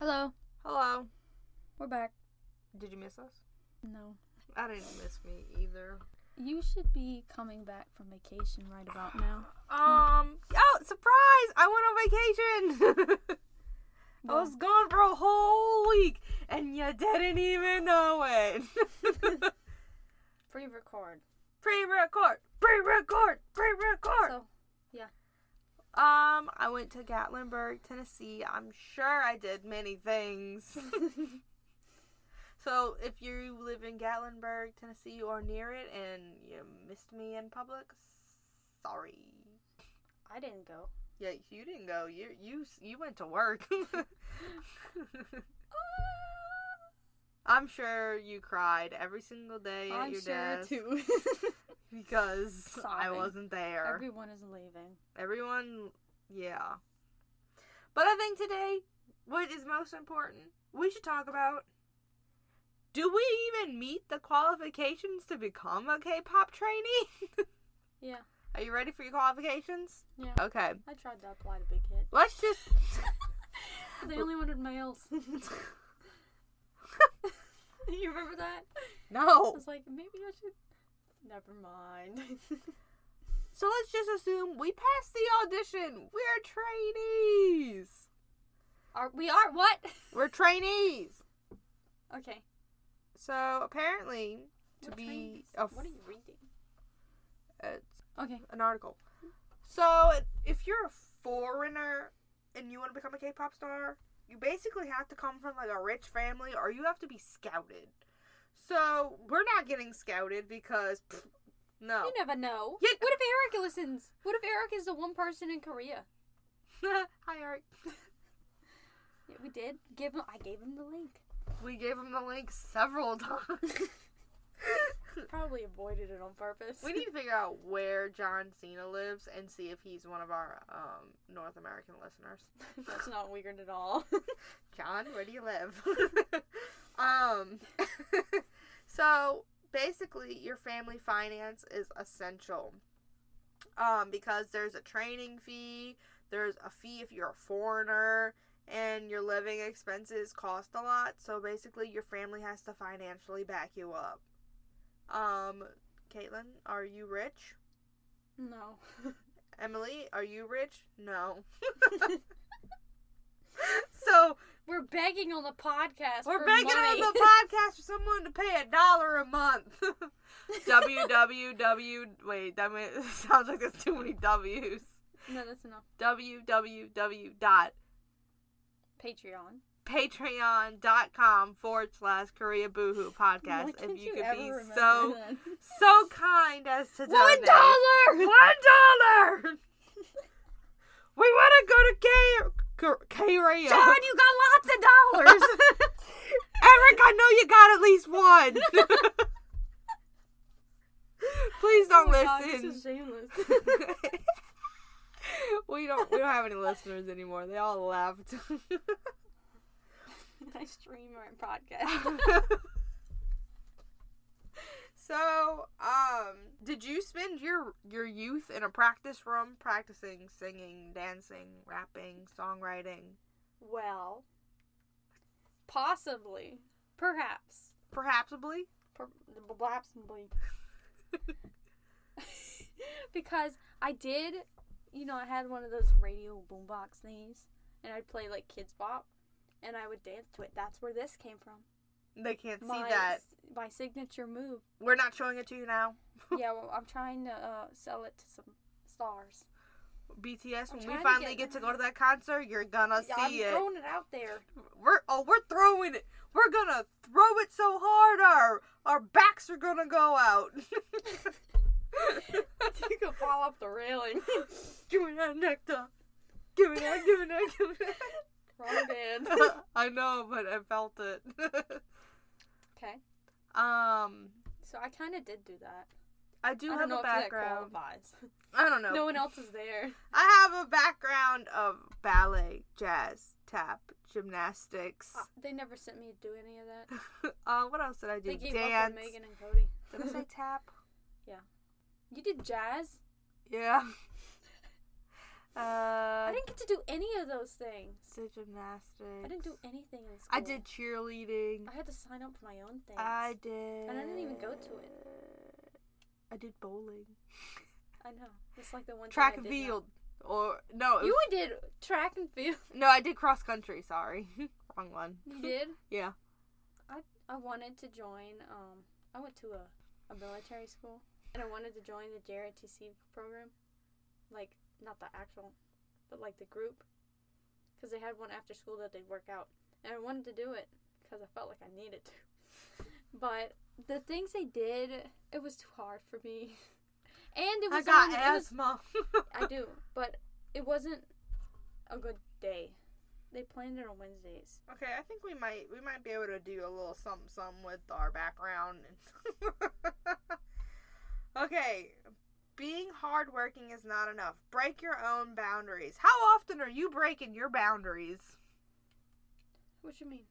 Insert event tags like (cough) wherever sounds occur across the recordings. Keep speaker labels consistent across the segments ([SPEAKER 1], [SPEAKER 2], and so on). [SPEAKER 1] Hello.
[SPEAKER 2] Hello.
[SPEAKER 1] We're back.
[SPEAKER 2] Did you miss us?
[SPEAKER 1] No.
[SPEAKER 2] I didn't miss me either.
[SPEAKER 1] You should be coming back from vacation right about now.
[SPEAKER 2] Um. Oh, surprise! I went on vacation. (laughs) I was gone for a whole week, and you didn't even know it. (laughs)
[SPEAKER 1] pre record.
[SPEAKER 2] pre-record, pre-record, pre-record.
[SPEAKER 1] So,
[SPEAKER 2] um, I went to Gatlinburg, Tennessee. I'm sure I did many things. (laughs) so, if you live in Gatlinburg, Tennessee, or near it, and you missed me in public, sorry.
[SPEAKER 1] I didn't go.
[SPEAKER 2] Yeah, you didn't go. You you you went to work. (laughs) I'm sure you cried every single day at
[SPEAKER 1] I'm
[SPEAKER 2] your
[SPEAKER 1] sure
[SPEAKER 2] desk
[SPEAKER 1] (laughs) too.
[SPEAKER 2] (laughs) because I
[SPEAKER 1] Sobbing.
[SPEAKER 2] wasn't there.
[SPEAKER 1] Everyone is leaving.
[SPEAKER 2] Everyone, yeah. But I think today, what is most important, we should talk about. Do we even meet the qualifications to become a K-pop trainee? (laughs)
[SPEAKER 1] Yeah,
[SPEAKER 2] Are you ready for your qualifications?
[SPEAKER 1] yeah.
[SPEAKER 2] Okay,
[SPEAKER 1] I tried to apply to Big Hit. (laughs)
[SPEAKER 2] let's just. Oh.
[SPEAKER 1] They only wanted males. (laughs) you remember that?
[SPEAKER 2] Oh.
[SPEAKER 1] I
[SPEAKER 2] no.
[SPEAKER 1] was like, maybe I should. Never mind.
[SPEAKER 2] So let's just assume we passed the audition. We're trainees.
[SPEAKER 1] (laughs) are we are what?
[SPEAKER 2] We're trainees.
[SPEAKER 1] Okay.
[SPEAKER 2] So apparently, to
[SPEAKER 1] What
[SPEAKER 2] be
[SPEAKER 1] trains?
[SPEAKER 2] a Oh.
[SPEAKER 1] what are you reading?
[SPEAKER 2] it's
[SPEAKER 1] Okay.
[SPEAKER 2] an article. So if you're a foreigner and you want to become a K-pop star, you basically have to come from like a rich family, or you have to be scouted. So we're not getting scouted because pff, no,
[SPEAKER 1] You never know.
[SPEAKER 2] Yeah.
[SPEAKER 1] What if Eric listens? What if Eric is the one person in Korea?
[SPEAKER 2] (laughs) hi Eric.
[SPEAKER 1] Yeah, we did give him. I gave him the link.
[SPEAKER 2] We gave him the link several (laughs) times.
[SPEAKER 1] Probably avoided it on purpose.
[SPEAKER 2] we need to figure out where John Cena lives and see if he's one of our um, North American listeners.
[SPEAKER 1] (laughs) That's not weird at all.
[SPEAKER 2] John, where do you live? (laughs) um, (laughs) so basically, your family finance is essential um, because there's a training fee, there's a fee if you're a foreigner, and your living expenses cost a lot. So basically, your family has to financially back you up. Um, Caitlin, are you rich?
[SPEAKER 1] (laughs) no.
[SPEAKER 2] Emily, are you rich?
[SPEAKER 1] (laughs)
[SPEAKER 2] No. (laughs) so
[SPEAKER 1] We're begging on the podcast.
[SPEAKER 2] We're
[SPEAKER 1] for
[SPEAKER 2] begging
[SPEAKER 1] money.
[SPEAKER 2] on the podcast for someone to pay a dollar
[SPEAKER 1] (laughs)
[SPEAKER 2] a month. www. Wait, that may, (laughs) sounds like there's too many W's.
[SPEAKER 1] (laughs) no, that's enough.
[SPEAKER 2] www. dot
[SPEAKER 1] Patreon.
[SPEAKER 2] patreon. dot com forward slash Korea Boohoo podcast.
[SPEAKER 1] Why
[SPEAKER 2] if
[SPEAKER 1] couldn't
[SPEAKER 2] you could
[SPEAKER 1] ever
[SPEAKER 2] be
[SPEAKER 1] remember
[SPEAKER 2] so
[SPEAKER 1] that?
[SPEAKER 2] (laughs) so kind as to
[SPEAKER 1] One
[SPEAKER 2] donate.
[SPEAKER 1] dollar.
[SPEAKER 2] One dollar. we want to go to K. K- Korea. (laughs)
[SPEAKER 1] John, you got lots of dollars.
[SPEAKER 2] Eric, I know you got at least one. (laughs)
[SPEAKER 1] (laughs)
[SPEAKER 2] Please don't
[SPEAKER 1] Oh my God,
[SPEAKER 2] listen.
[SPEAKER 1] this is shameless. (laughs)
[SPEAKER 2] (laughs) we don't we don't have any listeners anymore. They all left.
[SPEAKER 1] I stream our (laughs) podcast.
[SPEAKER 2] (laughs) so, um, did you spend your your youth in a practice room practicing singing, dancing, rapping, songwriting?
[SPEAKER 1] well, possibly, perhaps.
[SPEAKER 2] Perhapsably?
[SPEAKER 1] Per- blaps and blink. (laughs) because I did, you know, I had one of those radio boombox things, and I'd play like Kids Bop, and I would dance to it. That's where this came from.
[SPEAKER 2] They can't see
[SPEAKER 1] My
[SPEAKER 2] that.
[SPEAKER 1] s- my signature
[SPEAKER 2] (laughs)
[SPEAKER 1] move.
[SPEAKER 2] We're not showing it to you now.
[SPEAKER 1] yeah, well, I'm trying to uh, sell it to some stars.
[SPEAKER 2] BTS,
[SPEAKER 1] I'm
[SPEAKER 2] when
[SPEAKER 1] trying
[SPEAKER 2] we
[SPEAKER 1] to
[SPEAKER 2] finally
[SPEAKER 1] get-
[SPEAKER 2] get... to go to that concert, you're gonna
[SPEAKER 1] Yeah,
[SPEAKER 2] see
[SPEAKER 1] I'm
[SPEAKER 2] it.
[SPEAKER 1] throwing it out
[SPEAKER 2] (laughs)
[SPEAKER 1] there.
[SPEAKER 2] We're oh, we're throwing it. We're gonna throw it so hard our our backs are gonna go out. (laughs)
[SPEAKER 1] you could fall off the
[SPEAKER 2] (laughs)
[SPEAKER 1] railing.
[SPEAKER 2] give me that nectar. Give me that. Give me that. Give me
[SPEAKER 1] Wrong
[SPEAKER 2] (laughs)
[SPEAKER 1] band.
[SPEAKER 2] that.
[SPEAKER 1] (laughs)
[SPEAKER 2] I know, but I felt it. (laughs)
[SPEAKER 1] Okay,
[SPEAKER 2] um,
[SPEAKER 1] so I kind of did do that.
[SPEAKER 2] I do
[SPEAKER 1] I don't
[SPEAKER 2] have
[SPEAKER 1] know
[SPEAKER 2] a
[SPEAKER 1] if that
[SPEAKER 2] background.
[SPEAKER 1] qualifies.
[SPEAKER 2] I don't know.
[SPEAKER 1] No one else is there.
[SPEAKER 2] I have a background of ballet, jazz, tap, gymnastics.
[SPEAKER 1] Uh, they never sent me to do any of that.
[SPEAKER 2] (laughs) Uh, what else did I do?
[SPEAKER 1] They gave up
[SPEAKER 2] Dance.
[SPEAKER 1] on Megan and Cody.
[SPEAKER 2] Did
[SPEAKER 1] (laughs)
[SPEAKER 2] I say tap?
[SPEAKER 1] you did jazz?
[SPEAKER 2] Yeah.
[SPEAKER 1] (laughs)
[SPEAKER 2] Uh,
[SPEAKER 1] I didn't get to do any of those things.
[SPEAKER 2] did gymnastics.
[SPEAKER 1] I didn't do anything in school.
[SPEAKER 2] I did cheerleading.
[SPEAKER 1] I had to sign up for my own thing.
[SPEAKER 2] I did.
[SPEAKER 1] And I didn't even go to
[SPEAKER 2] I did bowling.
[SPEAKER 1] I know. It's like the one
[SPEAKER 2] Track
[SPEAKER 1] thing
[SPEAKER 2] and
[SPEAKER 1] I did not-
[SPEAKER 2] field. Or no, it
[SPEAKER 1] You
[SPEAKER 2] was-
[SPEAKER 1] did track and field.
[SPEAKER 2] no, I did cross country. Sorry, (laughs) wrong one.
[SPEAKER 1] You (laughs) did.
[SPEAKER 2] (laughs) Yeah.
[SPEAKER 1] I wanted to join. Um, I went to a, a military school, and I wanted to join the JRTC program, like not the actual, but like the group, because they had one after school that they'd work out, and I wanted to do it because I felt like I needed to. (laughs) But the things they did, it was too hard for me, (laughs) and it
[SPEAKER 2] I
[SPEAKER 1] was
[SPEAKER 2] got
[SPEAKER 1] on- it was-
[SPEAKER 2] asthma. (laughs)
[SPEAKER 1] I do, but it wasn't a good day. They planned it on Wednesdays.
[SPEAKER 2] Okay, I think we might we might be able to do a little something something with our background. (laughs) And okay, being hardworking is not enough. Break your own boundaries. How often are you breaking your boundaries?
[SPEAKER 1] What you mean?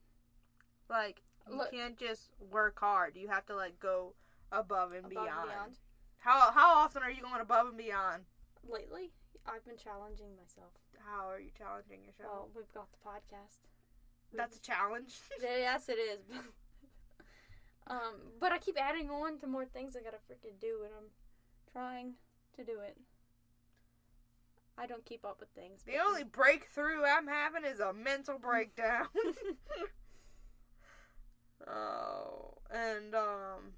[SPEAKER 2] Like you
[SPEAKER 1] Look-
[SPEAKER 2] can't just work hard. You have to like go above and,
[SPEAKER 1] Above
[SPEAKER 2] beyond.
[SPEAKER 1] and beyond.
[SPEAKER 2] How how often are you going above and beyond?
[SPEAKER 1] lately I've been challenging myself.
[SPEAKER 2] How are you challenging yourself?
[SPEAKER 1] Well, we've got the podcast. We've-
[SPEAKER 2] That's a challenge. (laughs)
[SPEAKER 1] yes, it is. (laughs) um, but I keep adding on to more things I gotta freaking do, and I'm trying to do it. I don't keep up with things.
[SPEAKER 2] The
[SPEAKER 1] but-
[SPEAKER 2] only breakthrough I'm having is a mental breakdown. (laughs) oh, and um,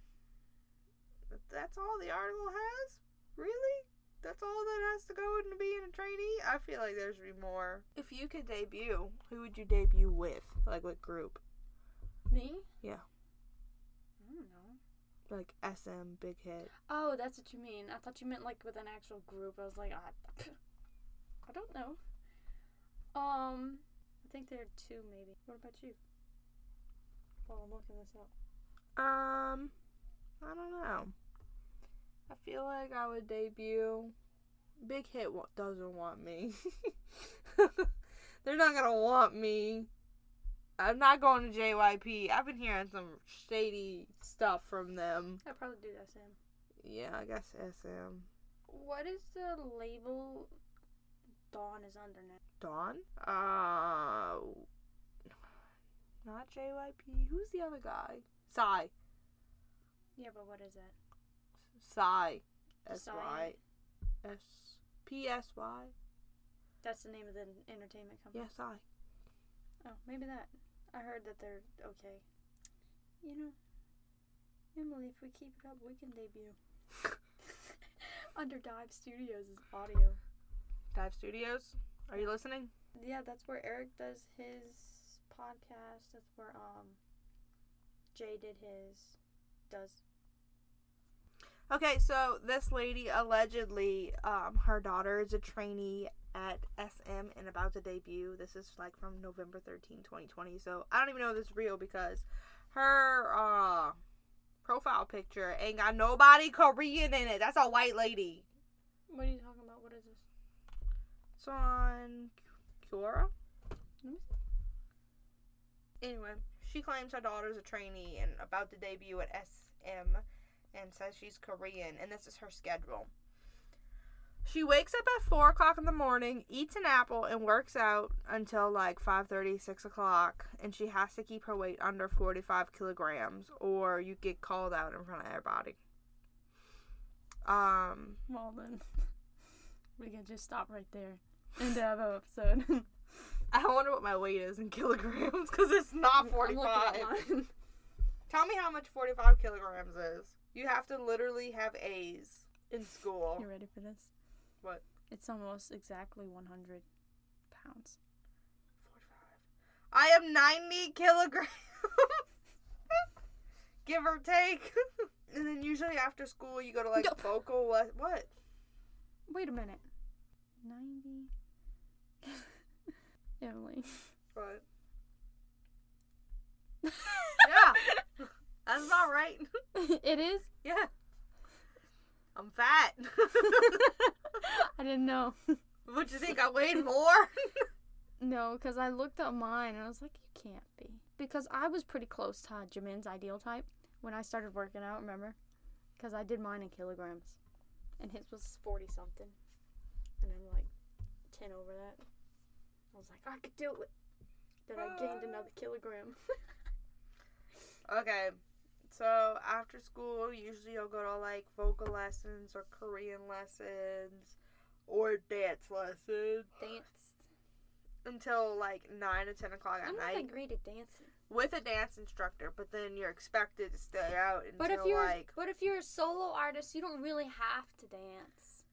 [SPEAKER 2] that's all the article has. Really? That's all that has to go into being a trainee. I feel like there should be more. If you could debut, who would you debut with? Like what group?
[SPEAKER 1] (laughs) me.
[SPEAKER 2] Yeah.
[SPEAKER 1] I don't know.
[SPEAKER 2] Like SM, Big Hit.
[SPEAKER 1] Oh, that's what you mean. I thought you meant like with an actual group. I was like, I, I don't know. Um, I think there are two maybe. What about you? While I'm looking this up.
[SPEAKER 2] Um, I don't know. I feel like I would debut. Big Hit wa- doesn't want me. (laughs) They're not gonna want me. I'm not going to JYP. I've been hearing some shady stuff from them.
[SPEAKER 1] I probably do that, Sam.
[SPEAKER 2] Yeah, I guess SM.
[SPEAKER 1] What is the label Dawn is under now?
[SPEAKER 2] Dawn? Uh, not JYP. Who's the other guy? Psy.
[SPEAKER 1] Yeah, but what is that?
[SPEAKER 2] Psy. S
[SPEAKER 1] Psy.
[SPEAKER 2] Y. S P S Y.
[SPEAKER 1] That's the name of the entertainment company.
[SPEAKER 2] Yes, I.
[SPEAKER 1] Oh, maybe that. I heard that they're okay. You know, Emily, if we keep it up, we can debut. (laughs) under Dive Studios is audio.
[SPEAKER 2] Dive Studios. Are you listening?
[SPEAKER 1] Yeah, that's where Eric does his podcast. That's where um Jay did his does
[SPEAKER 2] Okay, so this lady allegedly, um, her daughter is a trainee at SM and about to debut. This is like from November 13, 2020. So I don't even know if this is real because her uh, profile picture ain't got nobody Korean in it. That's a white lady.
[SPEAKER 1] What are you talking about? What is this?
[SPEAKER 2] It's on Kiora.
[SPEAKER 1] Let me
[SPEAKER 2] Anyway, she claims her daughter's a trainee and about to debut at SM and says she's Korean, and this is her schedule. She wakes up at 4 o'clock in the morning, eats an apple, and works out until like 5.30, 6 o'clock, and she has to keep her weight under 45 kilograms, or you get called out in front of everybody. Um,
[SPEAKER 1] Well then, (laughs) we can just stop right there and have an episode. (laughs)
[SPEAKER 2] I wonder what my weight is in kilograms, because it's not 45. (laughs) Tell me how much 45 kilograms is. You have to literally have A's in school.
[SPEAKER 1] You ready for this?
[SPEAKER 2] What?
[SPEAKER 1] It's almost exactly 100 pounds.
[SPEAKER 2] 45. I am 90 kilograms. (laughs) Give or take. (laughs) and then usually after school, you go to like
[SPEAKER 1] Nope.
[SPEAKER 2] vocal. le- What?
[SPEAKER 1] Wait a minute. (laughs) 90. Emily.
[SPEAKER 2] What? Yeah. That's not right.
[SPEAKER 1] (laughs)
[SPEAKER 2] (laughs)
[SPEAKER 1] it is. (laughs)
[SPEAKER 2] Yeah. I'm fat. (laughs)
[SPEAKER 1] I didn't know.
[SPEAKER 2] Would you think I weighed more? (laughs)
[SPEAKER 1] No, because I looked up mine and I was like, you can't be. Because I was pretty close to Jamin's ideal type when I started working out, remember? Because I did mine in kilograms. And his was 40 something. And I'm like, ten over that. I was like, I could do it. Then I gained
[SPEAKER 2] Ah.
[SPEAKER 1] another kilogram.
[SPEAKER 2] Okay. So after school, usually you'll go to like vocal lessons or Korean lessons or dance lessons
[SPEAKER 1] Danced.
[SPEAKER 2] until like nine or ten o'clock at
[SPEAKER 1] I'm not
[SPEAKER 2] night
[SPEAKER 1] that great at dancing.
[SPEAKER 2] with a dance instructor. But then you're expected to stay out until
[SPEAKER 1] But if you're
[SPEAKER 2] like
[SPEAKER 1] but if you're a solo artist, you don't really have to dance.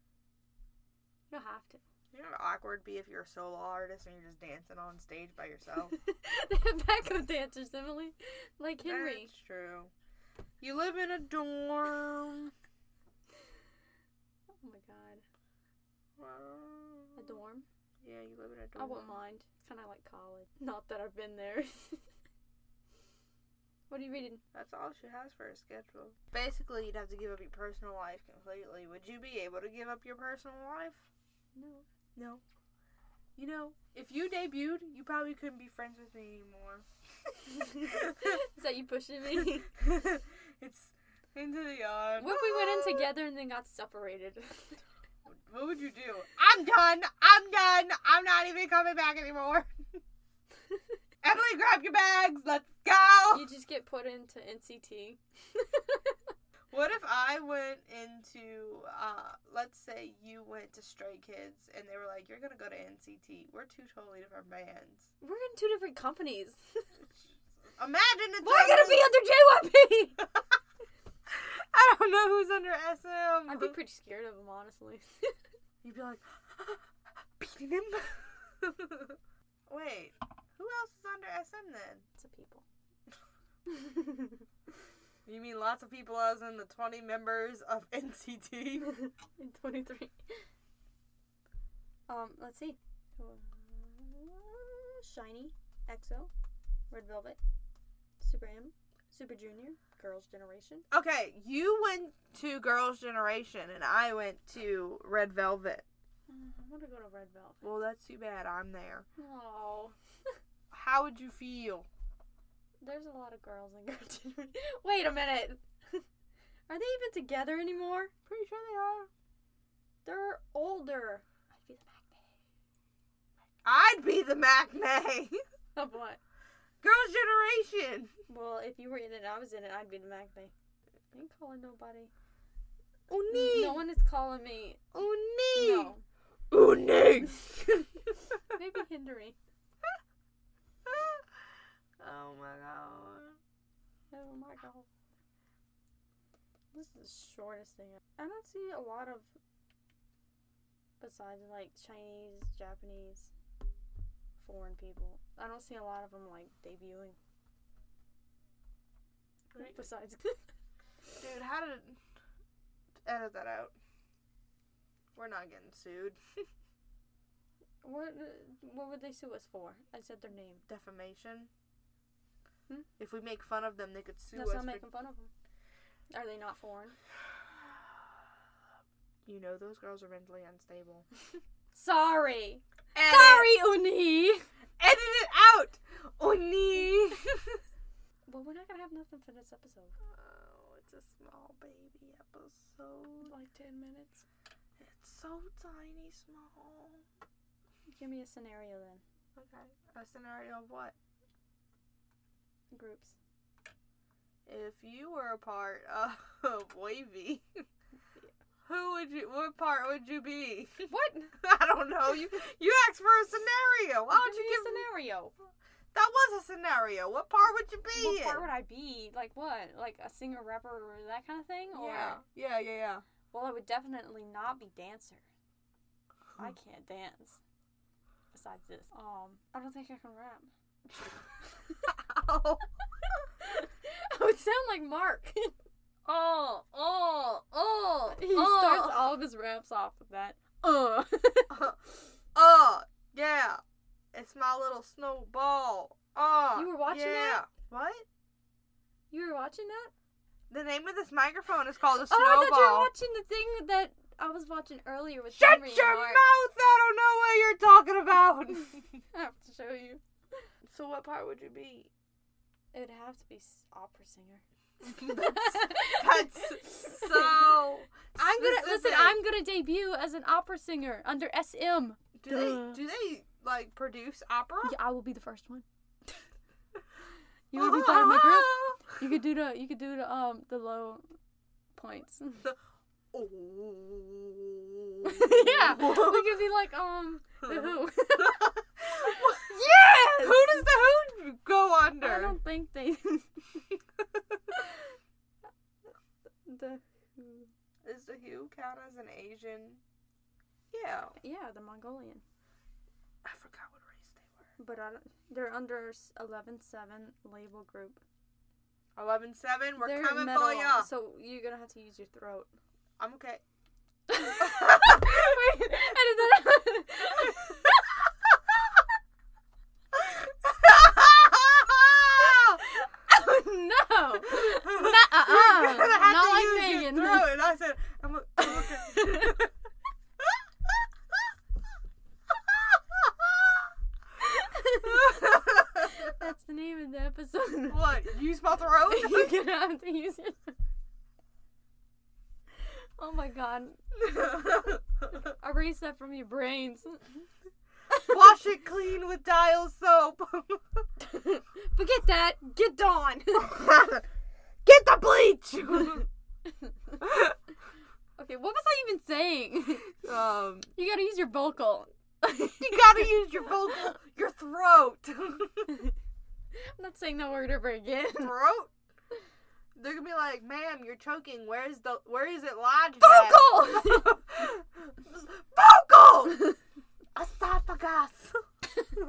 [SPEAKER 1] You don't have to.
[SPEAKER 2] you know how awkward be if you're a solo artist and you're just dancing on stage by
[SPEAKER 1] Oh.
[SPEAKER 2] yourself.
[SPEAKER 1] (laughs) they have backup dancers, Emily. Like Henry.
[SPEAKER 2] That's true. You live in a dorm.
[SPEAKER 1] Oh my god. A
[SPEAKER 2] A
[SPEAKER 1] dorm?
[SPEAKER 2] Yeah, you live in a
[SPEAKER 1] I
[SPEAKER 2] dorm.
[SPEAKER 1] wouldn't mind. It's kind of like college. Not that I've been there. (laughs) what are you reading?
[SPEAKER 2] That's all she has for her schedule. Basically, you'd have to give up your personal life completely. Would you be able to give up your personal life?
[SPEAKER 1] No.
[SPEAKER 2] No. You know, if you debuted, you probably couldn't be friends with me (laughs) anymore.
[SPEAKER 1] (laughs) Is that you pushing (laughs) me?
[SPEAKER 2] it's into the yard.
[SPEAKER 1] what if we went in together and then got (laughs) separated?
[SPEAKER 2] (laughs) What would you do? I'm done. I'm done. I'm not even coming back anymore. (laughs) Emily, grab your bags. Let's go.
[SPEAKER 1] you just get put into NCT.
[SPEAKER 2] What if I went into, uh, let's say you went to Stray Kids and they were like, you're gonna go to NCT. We're two totally different bands.
[SPEAKER 1] We're in two different companies.
[SPEAKER 2] Imagine it's.
[SPEAKER 1] We're gonna (laughs) be under JYP.
[SPEAKER 2] I don't know who's under SM.
[SPEAKER 1] I'd be pretty scared of them, honestly. (laughs)
[SPEAKER 2] You'd be like, (gasps) beating him. (laughs) Wait, who else is under SM then?
[SPEAKER 1] Lots of (laughs) people.
[SPEAKER 2] You mean lots of people as in the 20 members of (laughs) NCT?
[SPEAKER 1] in 23. Um, let's see. Uh, Shiny, EXO, Red Velvet, Super M, Super Junior, Girls' Generation.
[SPEAKER 2] Okay, you went to Girls' Generation and I went to Red Velvet.
[SPEAKER 1] Mm, I want to go to Red Velvet.
[SPEAKER 2] Well, that's too bad. I'm there.
[SPEAKER 1] Oh,
[SPEAKER 2] How would you feel?
[SPEAKER 1] there's a lot of girls in (laughs) Girls' Generation. Wait a minute. (laughs) Are they even together anymore?
[SPEAKER 2] Pretty sure they are.
[SPEAKER 1] They're older. I'd be the Mac
[SPEAKER 2] I'd be the Mac May.
[SPEAKER 1] May. Of what?
[SPEAKER 2] (laughs) Girls' Generation.
[SPEAKER 1] Well, if you were in it and I was in it, I'd be the Mac May. I ain't calling nobody.
[SPEAKER 2] Uni.
[SPEAKER 1] No one is calling me.
[SPEAKER 2] Uni.
[SPEAKER 1] No. (laughs)
[SPEAKER 2] Uni.
[SPEAKER 1] Maybe (laughs) Henry.
[SPEAKER 2] oh my god.
[SPEAKER 1] Oh my god. This is the shortest thing. I don't see a lot of besides like Chinese, Japanese, foreign people. I don't see a lot of them like debuting.
[SPEAKER 2] Right.
[SPEAKER 1] Besides, (laughs)
[SPEAKER 2] Dude, how did. Edit that out. We're not getting sued. (laughs)
[SPEAKER 1] what what would they sue us for? I said their name.
[SPEAKER 2] Defamation.
[SPEAKER 1] Hmm?
[SPEAKER 2] If we make fun of them, they could sue
[SPEAKER 1] That's
[SPEAKER 2] us.
[SPEAKER 1] not
[SPEAKER 2] for-
[SPEAKER 1] making fun of them. Are they not foreign?
[SPEAKER 2] (sighs) You know, those girls are mentally unstable.
[SPEAKER 1] Sorry.
[SPEAKER 2] Edit.
[SPEAKER 1] Sorry, Uni.
[SPEAKER 2] Edit it out! Oh, Oni!
[SPEAKER 1] Well, we're not gonna have nothing for this episode.
[SPEAKER 2] (laughs) oh, it's a small baby episode.
[SPEAKER 1] Like ten minutes.
[SPEAKER 2] It's so tiny small.
[SPEAKER 1] Give me a scenario then.
[SPEAKER 2] Okay. A scenario of what?
[SPEAKER 1] Groups.
[SPEAKER 2] If you were a part of (laughs) Wavy, who would you, what part would you be?
[SPEAKER 1] (laughs)
[SPEAKER 2] (laughs)
[SPEAKER 1] What?
[SPEAKER 2] I don't know. Oh, You, you asked for a scenario. Why would
[SPEAKER 1] Give
[SPEAKER 2] you
[SPEAKER 1] me
[SPEAKER 2] give
[SPEAKER 1] a scenario?
[SPEAKER 2] That was a scenario. What part would you be
[SPEAKER 1] What
[SPEAKER 2] in?
[SPEAKER 1] part would I be? Like what? Like a singer, rapper, or that kind of thing? Or
[SPEAKER 2] yeah. Yeah, yeah, yeah.
[SPEAKER 1] well, I would definitely not be dancer.
[SPEAKER 2] Hmm. (laughs)
[SPEAKER 1] I can't dance. Besides this, um, I don't think I can rap.
[SPEAKER 2] Ow.
[SPEAKER 1] (laughs) I would sound like Mark. (laughs)
[SPEAKER 2] Oh, oh, oh,
[SPEAKER 1] he starts all of his raps off with that. Uh. (laughs)
[SPEAKER 2] Oh, yeah. It's my little snowball. Oh.
[SPEAKER 1] You were watching
[SPEAKER 2] yeah.
[SPEAKER 1] that?
[SPEAKER 2] What?
[SPEAKER 1] you were watching that?
[SPEAKER 2] The name of this microphone is called a
[SPEAKER 1] Oh, I thought you were
[SPEAKER 2] snowball.
[SPEAKER 1] watching the thing that I was watching earlier with
[SPEAKER 2] Shut
[SPEAKER 1] Henry and
[SPEAKER 2] your
[SPEAKER 1] Mark.
[SPEAKER 2] mouth! I (laughs)
[SPEAKER 1] (laughs)
[SPEAKER 2] don't know what you're talking about.
[SPEAKER 1] I have to show you. (laughs)
[SPEAKER 2] so, what part would you be?
[SPEAKER 1] It'd have to be s- opera (laughs) singer.
[SPEAKER 2] That's so.
[SPEAKER 1] (laughs) I'm gonna listen.
[SPEAKER 2] specific.
[SPEAKER 1] I'm gonna debut as an opera singer under SM.
[SPEAKER 2] Do
[SPEAKER 1] Duh.
[SPEAKER 2] they do they like produce opera?
[SPEAKER 1] Yeah, I will be the first one. You would be
[SPEAKER 2] (laughs)
[SPEAKER 1] part of my group. You could do the you could do the um the low (laughs) points.
[SPEAKER 2] Oh.
[SPEAKER 1] (laughs) yeah, we
[SPEAKER 2] (laughs)
[SPEAKER 1] could be like um the Who. (laughs)
[SPEAKER 2] yes. Who does the who go
[SPEAKER 1] I
[SPEAKER 2] under?
[SPEAKER 1] don't think they. (laughs) the Who.
[SPEAKER 2] Is the who count as an Asian? Yeah.
[SPEAKER 1] Yeah, the Mongolian.
[SPEAKER 2] I forgot what race they
[SPEAKER 1] But I don't, they're under s- 11-7 label group.
[SPEAKER 2] were. Eleven seven. We're
[SPEAKER 1] they're
[SPEAKER 2] coming
[SPEAKER 1] metal,
[SPEAKER 2] for ya.
[SPEAKER 1] So you're gonna have to use your throat.
[SPEAKER 2] I'm (laughs) okay.
[SPEAKER 1] (laughs) Wait, edit that (laughs) out. Oh, (laughs) no! Not, uh-uh.
[SPEAKER 2] You're gonna have
[SPEAKER 1] Not
[SPEAKER 2] to
[SPEAKER 1] like
[SPEAKER 2] use your
[SPEAKER 1] Megan. (laughs)
[SPEAKER 2] throat. And I said, I'm, o- I'm okay. (laughs)
[SPEAKER 1] That's the name of the episode.
[SPEAKER 2] what? Use my throat?
[SPEAKER 1] (laughs) you're gonna have to use your Oh my god.
[SPEAKER 2] (laughs)
[SPEAKER 1] Erase that from your (laughs) brains.
[SPEAKER 2] Wash it clean with dial soap.
[SPEAKER 1] Forget that. Get Dawn.
[SPEAKER 2] (laughs) Get the bleach.
[SPEAKER 1] (laughs) okay, what was I even saying?
[SPEAKER 2] (laughs)
[SPEAKER 1] (laughs)
[SPEAKER 2] um,
[SPEAKER 1] You gotta use your (laughs) vocal. I'm
[SPEAKER 2] you
[SPEAKER 1] (laughs)
[SPEAKER 2] gotta use your vocal, your throat. (laughs)
[SPEAKER 1] not saying that word ever again.
[SPEAKER 2] throat. They're gonna be like, "Ma'am, you're choking. Where's the? Where is it lodged?"
[SPEAKER 1] Vocal!
[SPEAKER 2] at?" (laughs) Vocal. (laughs) Esophagus.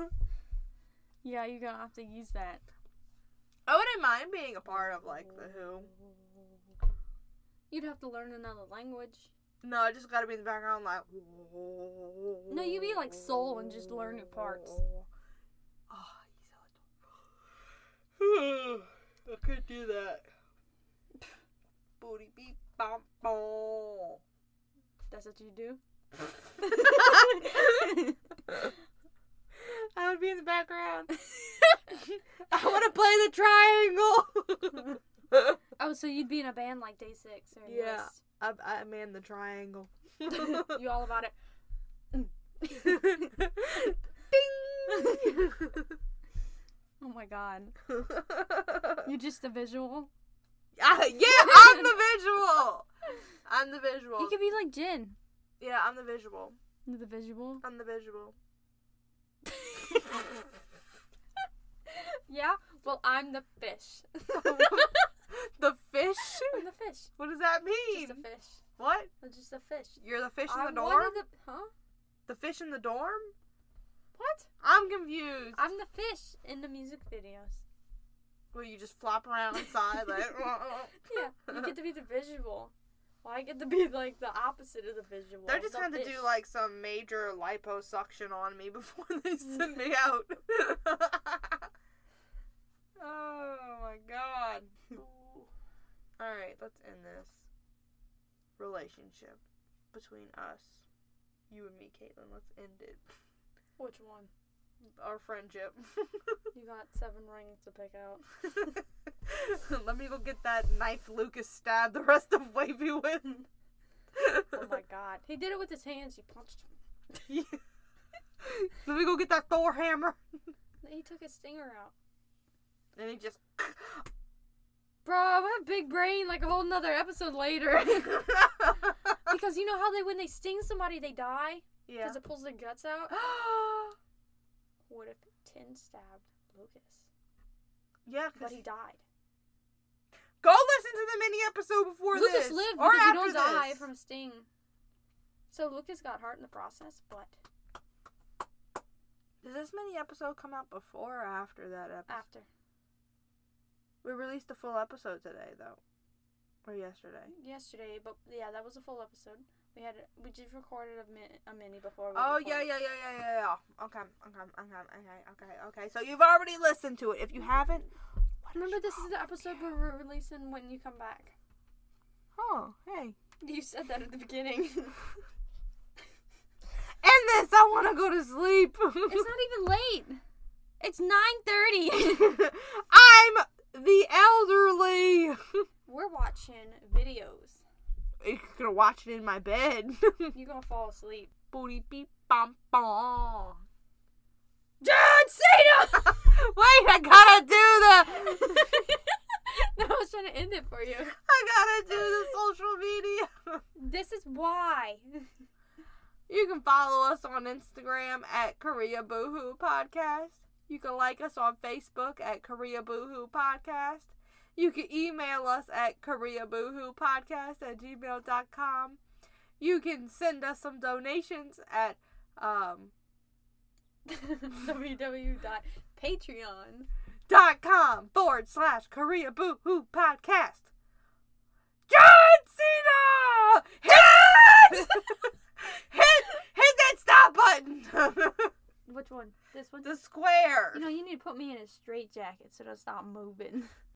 [SPEAKER 1] (laughs) yeah, you're gonna have to use that.
[SPEAKER 2] I wouldn't mind being a part of like the Who.
[SPEAKER 1] You'd have to learn another language.
[SPEAKER 2] No, I just gotta be in the background like.
[SPEAKER 1] No, you be like soul and just learn new
[SPEAKER 2] (sighs)
[SPEAKER 1] parts.
[SPEAKER 2] Oh, he's (sighs) I could
[SPEAKER 1] (sighs)
[SPEAKER 2] do that. Booty beep bom bom.
[SPEAKER 1] That's what you (laughs) do.
[SPEAKER 2] I would be in the background. I want to play the triangle.
[SPEAKER 1] (laughs)
[SPEAKER 2] (laughs)
[SPEAKER 1] oh, so you'd be in a band like Day Six or
[SPEAKER 2] Yeah.
[SPEAKER 1] Yes.
[SPEAKER 2] I, I man the
[SPEAKER 1] (laughs)
[SPEAKER 2] triangle. (laughs)
[SPEAKER 1] you all about (laughs) it.
[SPEAKER 2] Ding.
[SPEAKER 1] Oh my god. You're just a visual.
[SPEAKER 2] Ah, yeah, I'm the visual. I'm the visual.
[SPEAKER 1] You could be like Jin.
[SPEAKER 2] Yeah, I'm the visual.
[SPEAKER 1] The visual.
[SPEAKER 2] I'm the visual.
[SPEAKER 1] (laughs)
[SPEAKER 2] (laughs)
[SPEAKER 1] Yeah. Well, I'm the
[SPEAKER 2] (laughs)
[SPEAKER 1] fish.
[SPEAKER 2] the fish?
[SPEAKER 1] I'm the fish.
[SPEAKER 2] What does that mean?
[SPEAKER 1] Just a fish.
[SPEAKER 2] what?
[SPEAKER 1] I'm just a fish.
[SPEAKER 2] You're the fish in
[SPEAKER 1] I'm
[SPEAKER 2] the
[SPEAKER 1] one
[SPEAKER 2] dorm?
[SPEAKER 1] of the huh?
[SPEAKER 2] The fish in the dorm?
[SPEAKER 1] What?
[SPEAKER 2] I'm confused.
[SPEAKER 1] I'm the fish in the music
[SPEAKER 2] (laughs)
[SPEAKER 1] videos.
[SPEAKER 2] Will you just flop around
[SPEAKER 1] (laughs)
[SPEAKER 2] inside like?
[SPEAKER 1] Yeah, you get to be the visual. Well, I get to be like the opposite of the visual.
[SPEAKER 2] They're just
[SPEAKER 1] the
[SPEAKER 2] going to
[SPEAKER 1] fish.
[SPEAKER 2] do like some major liposuction on me (laughs) before
[SPEAKER 1] (laughs)
[SPEAKER 2] they send me out. (laughs) oh my god. All right, let's end this relationship between us, you and me, Caitlin. Let's end it.
[SPEAKER 1] which one?
[SPEAKER 2] Our friendship. (laughs)
[SPEAKER 1] You got seven rings to pick out.
[SPEAKER 2] Let me go get that knife Lucas stabbed the rest of Wavy with.
[SPEAKER 1] Oh
[SPEAKER 2] (laughs)
[SPEAKER 1] my god, he did it with his hands. He punched. him.
[SPEAKER 2] Let me go get that Thor hammer.
[SPEAKER 1] He took his stinger out.
[SPEAKER 2] And he
[SPEAKER 1] (laughs)
[SPEAKER 2] just.
[SPEAKER 1] Bro, I have big brain like a whole nother episode later. (laughs) because you know how they when they sting somebody they die
[SPEAKER 2] yeah.
[SPEAKER 1] because it pulls their guts out. (gasps) What if Tin stabbed Lucas,
[SPEAKER 2] (gasps) yeah,
[SPEAKER 1] but
[SPEAKER 2] because
[SPEAKER 1] he died?
[SPEAKER 2] go listen to the mini episode before
[SPEAKER 1] Lucas
[SPEAKER 2] this.
[SPEAKER 1] lived
[SPEAKER 2] or
[SPEAKER 1] because you
[SPEAKER 2] after
[SPEAKER 1] don't die
[SPEAKER 2] this.
[SPEAKER 1] from sting. So Lucas got hurt in the process, but
[SPEAKER 2] Does this mini episode come out before or after that episode?
[SPEAKER 1] after
[SPEAKER 2] We released a full episode today, though, or yesterday.
[SPEAKER 1] yesterday, but yeah, that was a full episode. We had we just recorded a, min- a mini before. We
[SPEAKER 2] Oh yeah,
[SPEAKER 1] recorded.
[SPEAKER 2] yeah, yeah, yeah, yeah, yeah. Okay, okay, okay, okay, okay, okay. So you've already listened to it. If you haven't, what
[SPEAKER 1] Remember, this
[SPEAKER 2] wrong
[SPEAKER 1] is the
[SPEAKER 2] with
[SPEAKER 1] episode
[SPEAKER 2] you?
[SPEAKER 1] where we're releasing when you come back.
[SPEAKER 2] Oh, hey.
[SPEAKER 1] You said that at the beginning. (laughs) it's
[SPEAKER 2] End this. I want to go to sleep.
[SPEAKER 1] (laughs)
[SPEAKER 2] (laughs)
[SPEAKER 1] not even late. It's nine thirty.
[SPEAKER 2] I'm the elderly. (laughs)
[SPEAKER 1] We're watching videos.
[SPEAKER 2] You're gonna watch it in my bed. (laughs)
[SPEAKER 1] You're gonna fall asleep.
[SPEAKER 2] Booty beep bom bom.
[SPEAKER 1] John (laughs) Cena!
[SPEAKER 2] (laughs) Wait, I gotta do the.
[SPEAKER 1] no, I was trying to end it for you.
[SPEAKER 2] I gotta do the social media. (laughs)
[SPEAKER 1] This is why. (laughs)
[SPEAKER 2] You can follow us on Instagram at Korea Boohoo Podcast. You can like us on Facebook at Korea Boohoo Podcast. You can email us at Korea Boohoo Podcast at gmail.com. You can send us some donations at um,
[SPEAKER 1] www.patreon.
[SPEAKER 2] dot com forward slash Korea Boohoo Podcast. John Cena! Hit! hit! Hit that stop button! (laughs)
[SPEAKER 1] Which one? This one?
[SPEAKER 2] the square.
[SPEAKER 1] You know, you need to put me in a straight jacket so that I stop moving.